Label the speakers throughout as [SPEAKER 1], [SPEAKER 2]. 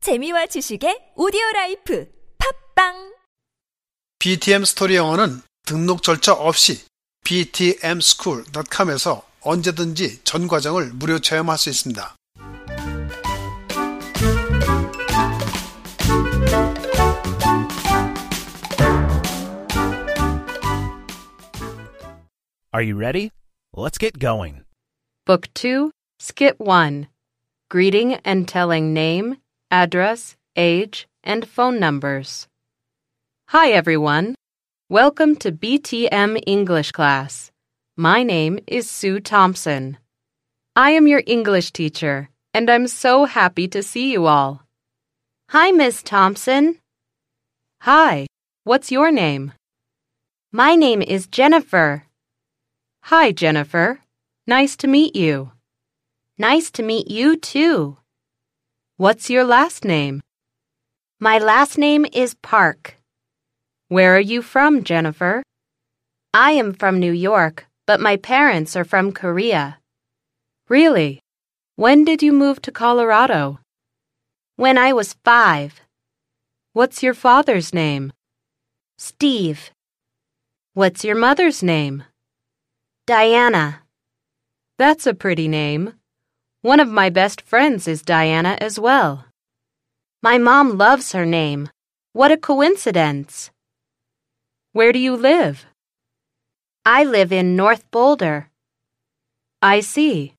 [SPEAKER 1] 재미와 지식의 오디오 라이프 팝빵
[SPEAKER 2] BTM 스토리 영어는 등록 절차 없이 btmschool.com에서 언제든지 전 과정을 무료 체험할 수 있습니다.
[SPEAKER 3] Are you ready? Let's get going.
[SPEAKER 4] Book 2, Skit 1 Greeting and Telling Name, Address, Age, and Phone Numbers. Hi, everyone. Welcome to BTM English class. My name is Sue Thompson. I am your English teacher, and I'm so happy to see you all. Hi, Miss Thompson. Hi, what's your name? My name is Jennifer. Hi, Jennifer. Nice to meet you. Nice to meet you too. What's your last name? My last name is Park. Where are you from, Jennifer? I am from New York, but my parents are from Korea. Really? When did you move to Colorado? When I was five. What's your father's name? Steve. What's your mother's name? Diana. That's a pretty name. One of my best friends is Diana as well. My mom loves her name. What a coincidence. Where do you live? I live in North Boulder. I see.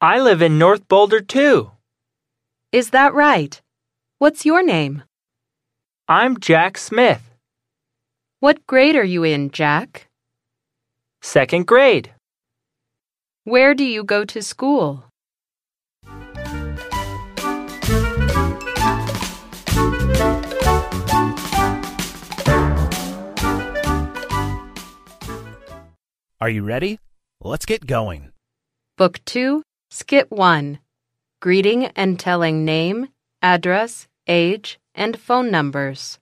[SPEAKER 5] I live in North Boulder too.
[SPEAKER 4] Is that right? What's your name?
[SPEAKER 5] I'm Jack Smith,
[SPEAKER 4] What grade are you in, Jack?
[SPEAKER 5] second grade.
[SPEAKER 4] Where do you go to school?
[SPEAKER 3] Are you ready? Let's get going.
[SPEAKER 4] Book 2, Skit 1 Greeting and Telling Name, Address, Age, and Phone Numbers.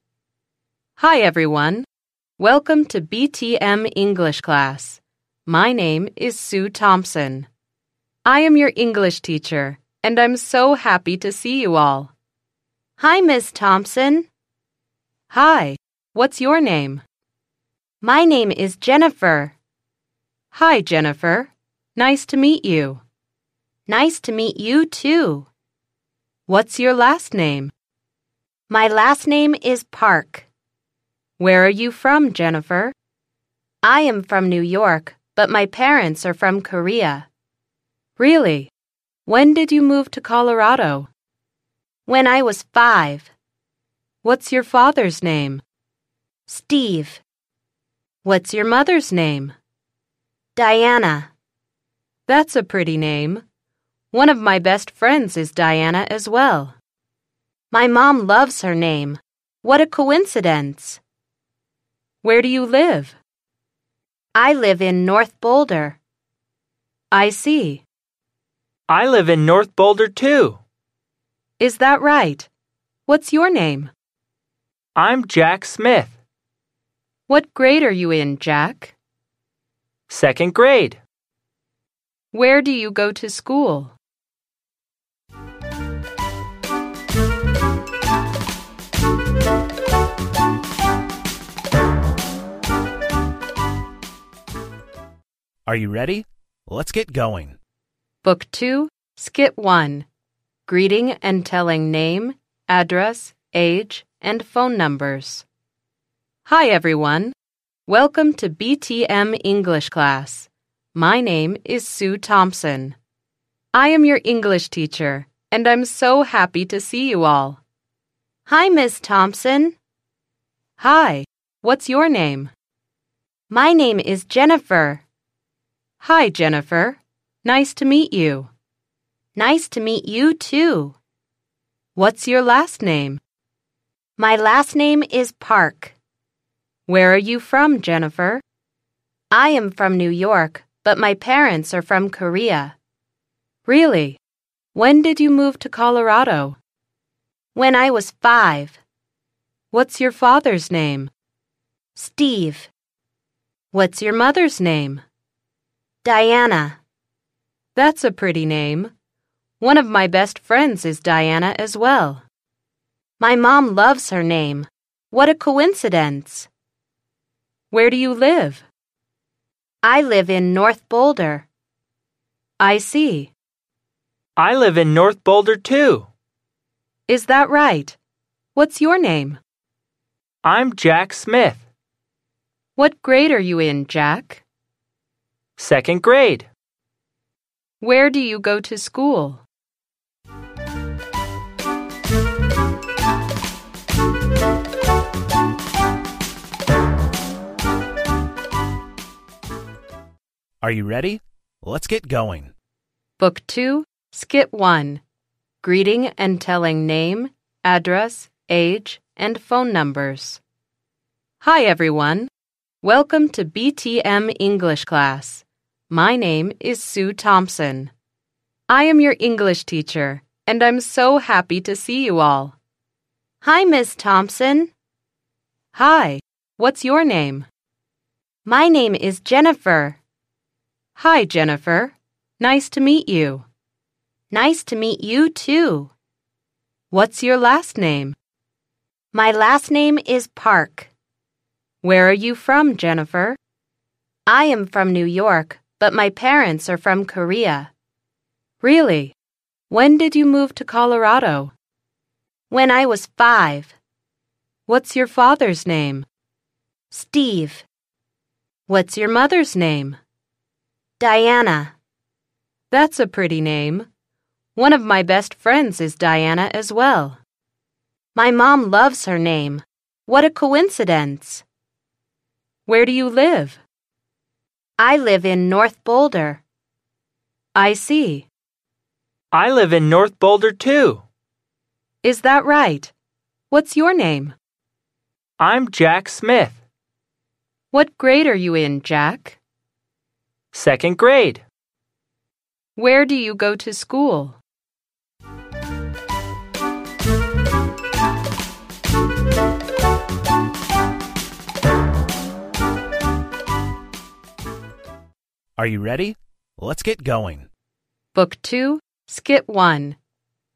[SPEAKER 4] Hi, everyone. Welcome to BTM English class. My name is Sue Thompson. I am your English teacher, and I'm so happy to see you all. Hi, Miss Thompson. Hi, what's your name? My name is Jennifer. Hi, Jennifer. Nice to meet you. Nice to meet you too. What's your last name? My last name is Park. Where are you from, Jennifer? I am from New York, but my parents are from Korea. Really? When did you move to Colorado? When I was five. What's your father's name? Steve. What's your mother's name? Diana. That's a pretty name. One of my best friends is Diana as well. My mom loves her name. What a coincidence. Where do you live? I live in North Boulder. I see.
[SPEAKER 5] I live in North Boulder too.
[SPEAKER 4] Is that right? What's your name?
[SPEAKER 5] I'm Jack Smith,
[SPEAKER 4] What grade are you in, Jack?
[SPEAKER 5] second grade.
[SPEAKER 4] Where do you go to school?
[SPEAKER 3] Are you ready? Let's get going.
[SPEAKER 4] Book 2, Skit 1 Greeting and Telling Name, Address, Age, and Phone Numbers. Hi, everyone. Welcome to BTM English class. My name is Sue Thompson. I am your English teacher, and I'm so happy to see you all. Hi, Miss Thompson. Hi, what's your name? My name is Jennifer. Hi, Jennifer. Nice to meet you. Nice to meet you too. What's your last name? My last name is Park. Where are you from, Jennifer? I am from New York, but my parents are from Korea. Really? When did you move to Colorado? When I was five. What's your father's name? Steve. What's your mother's name? Diana. That's a pretty name. One of my best friends is Diana as well. My mom loves her name. What a coincidence. Where do you live? I live in North Boulder. I see.
[SPEAKER 5] I live in North Boulder too.
[SPEAKER 4] Is that right? What's your name?
[SPEAKER 5] I'm Jack Smith,
[SPEAKER 4] What grade are you in, Jack?
[SPEAKER 5] second grade.
[SPEAKER 4] Where do you go to school?
[SPEAKER 3] Are you ready? Let's get going.
[SPEAKER 4] Book 2, Skit 1. Greeting and telling name, address, age, and phone numbers. Hi, everyone. Welcome to BTM English class. My name is Sue Thompson. I am your English teacher, and I'm so happy to see you all. Hi, Miss Thompson. Hi, what's your name? My name is Jennifer. Hi, Jennifer. Nice to meet you. Nice to meet you too. What's your last name? My last name is Park. Where are you from, Jennifer? I am from New York, but my parents are from Korea. Really? When did you move to Colorado? When I was five. What's your father's name? Steve. What's your mother's name? Diana. That's a pretty name. One of my best friends is Diana as well. My mom loves her name. What a coincidence. Where do you live? I live in North Boulder. I see.
[SPEAKER 5] I live in North Boulder too.
[SPEAKER 4] Is that right? What's your name?
[SPEAKER 5] I'm Jack Smith,
[SPEAKER 4] What grade are you in, Jack?
[SPEAKER 5] second grade.
[SPEAKER 4] Where do you go to school?
[SPEAKER 3] Are you ready? Let's get going.
[SPEAKER 4] Book 2, Skit 1.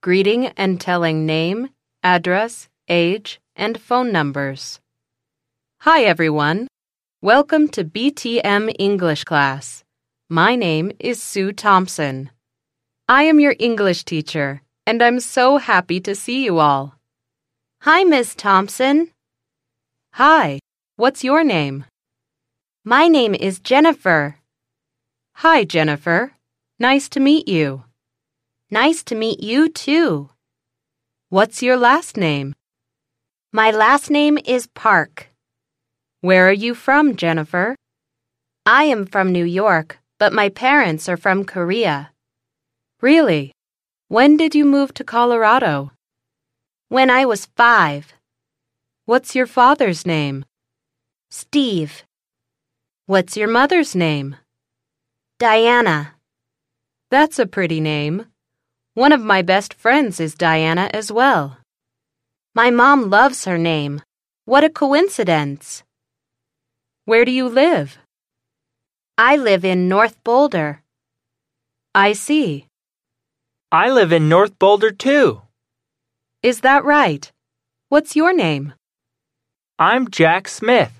[SPEAKER 4] Greeting and telling name, address, age, and phone numbers. Hi, everyone. Welcome to BTM English class. My name is Sue Thompson. I am your English teacher, and I'm so happy to see you all. Hi, Miss Thompson. Hi, what's your name? My name is Jennifer. Hi, Jennifer. Nice to meet you. Nice to meet you too. What's your last name? My last name is Park. Where are you from, Jennifer? I am from New York, but my parents are from Korea. Really? When did you move to Colorado? When I was five. What's your father's name? Steve. What's your mother's name? Diana. That's a pretty name. One of my best friends is Diana as well. My mom loves her name. What a coincidence. Where do you live? I live in North Boulder. I see.
[SPEAKER 5] I live in North Boulder too.
[SPEAKER 4] Is that right? What's your name?
[SPEAKER 5] I'm Jack Smith,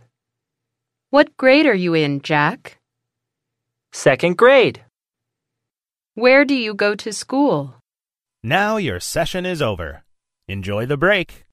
[SPEAKER 4] What grade are you in, Jack?
[SPEAKER 5] second grade.
[SPEAKER 4] Where do you go to school?
[SPEAKER 3] Now your session is over. Enjoy the break.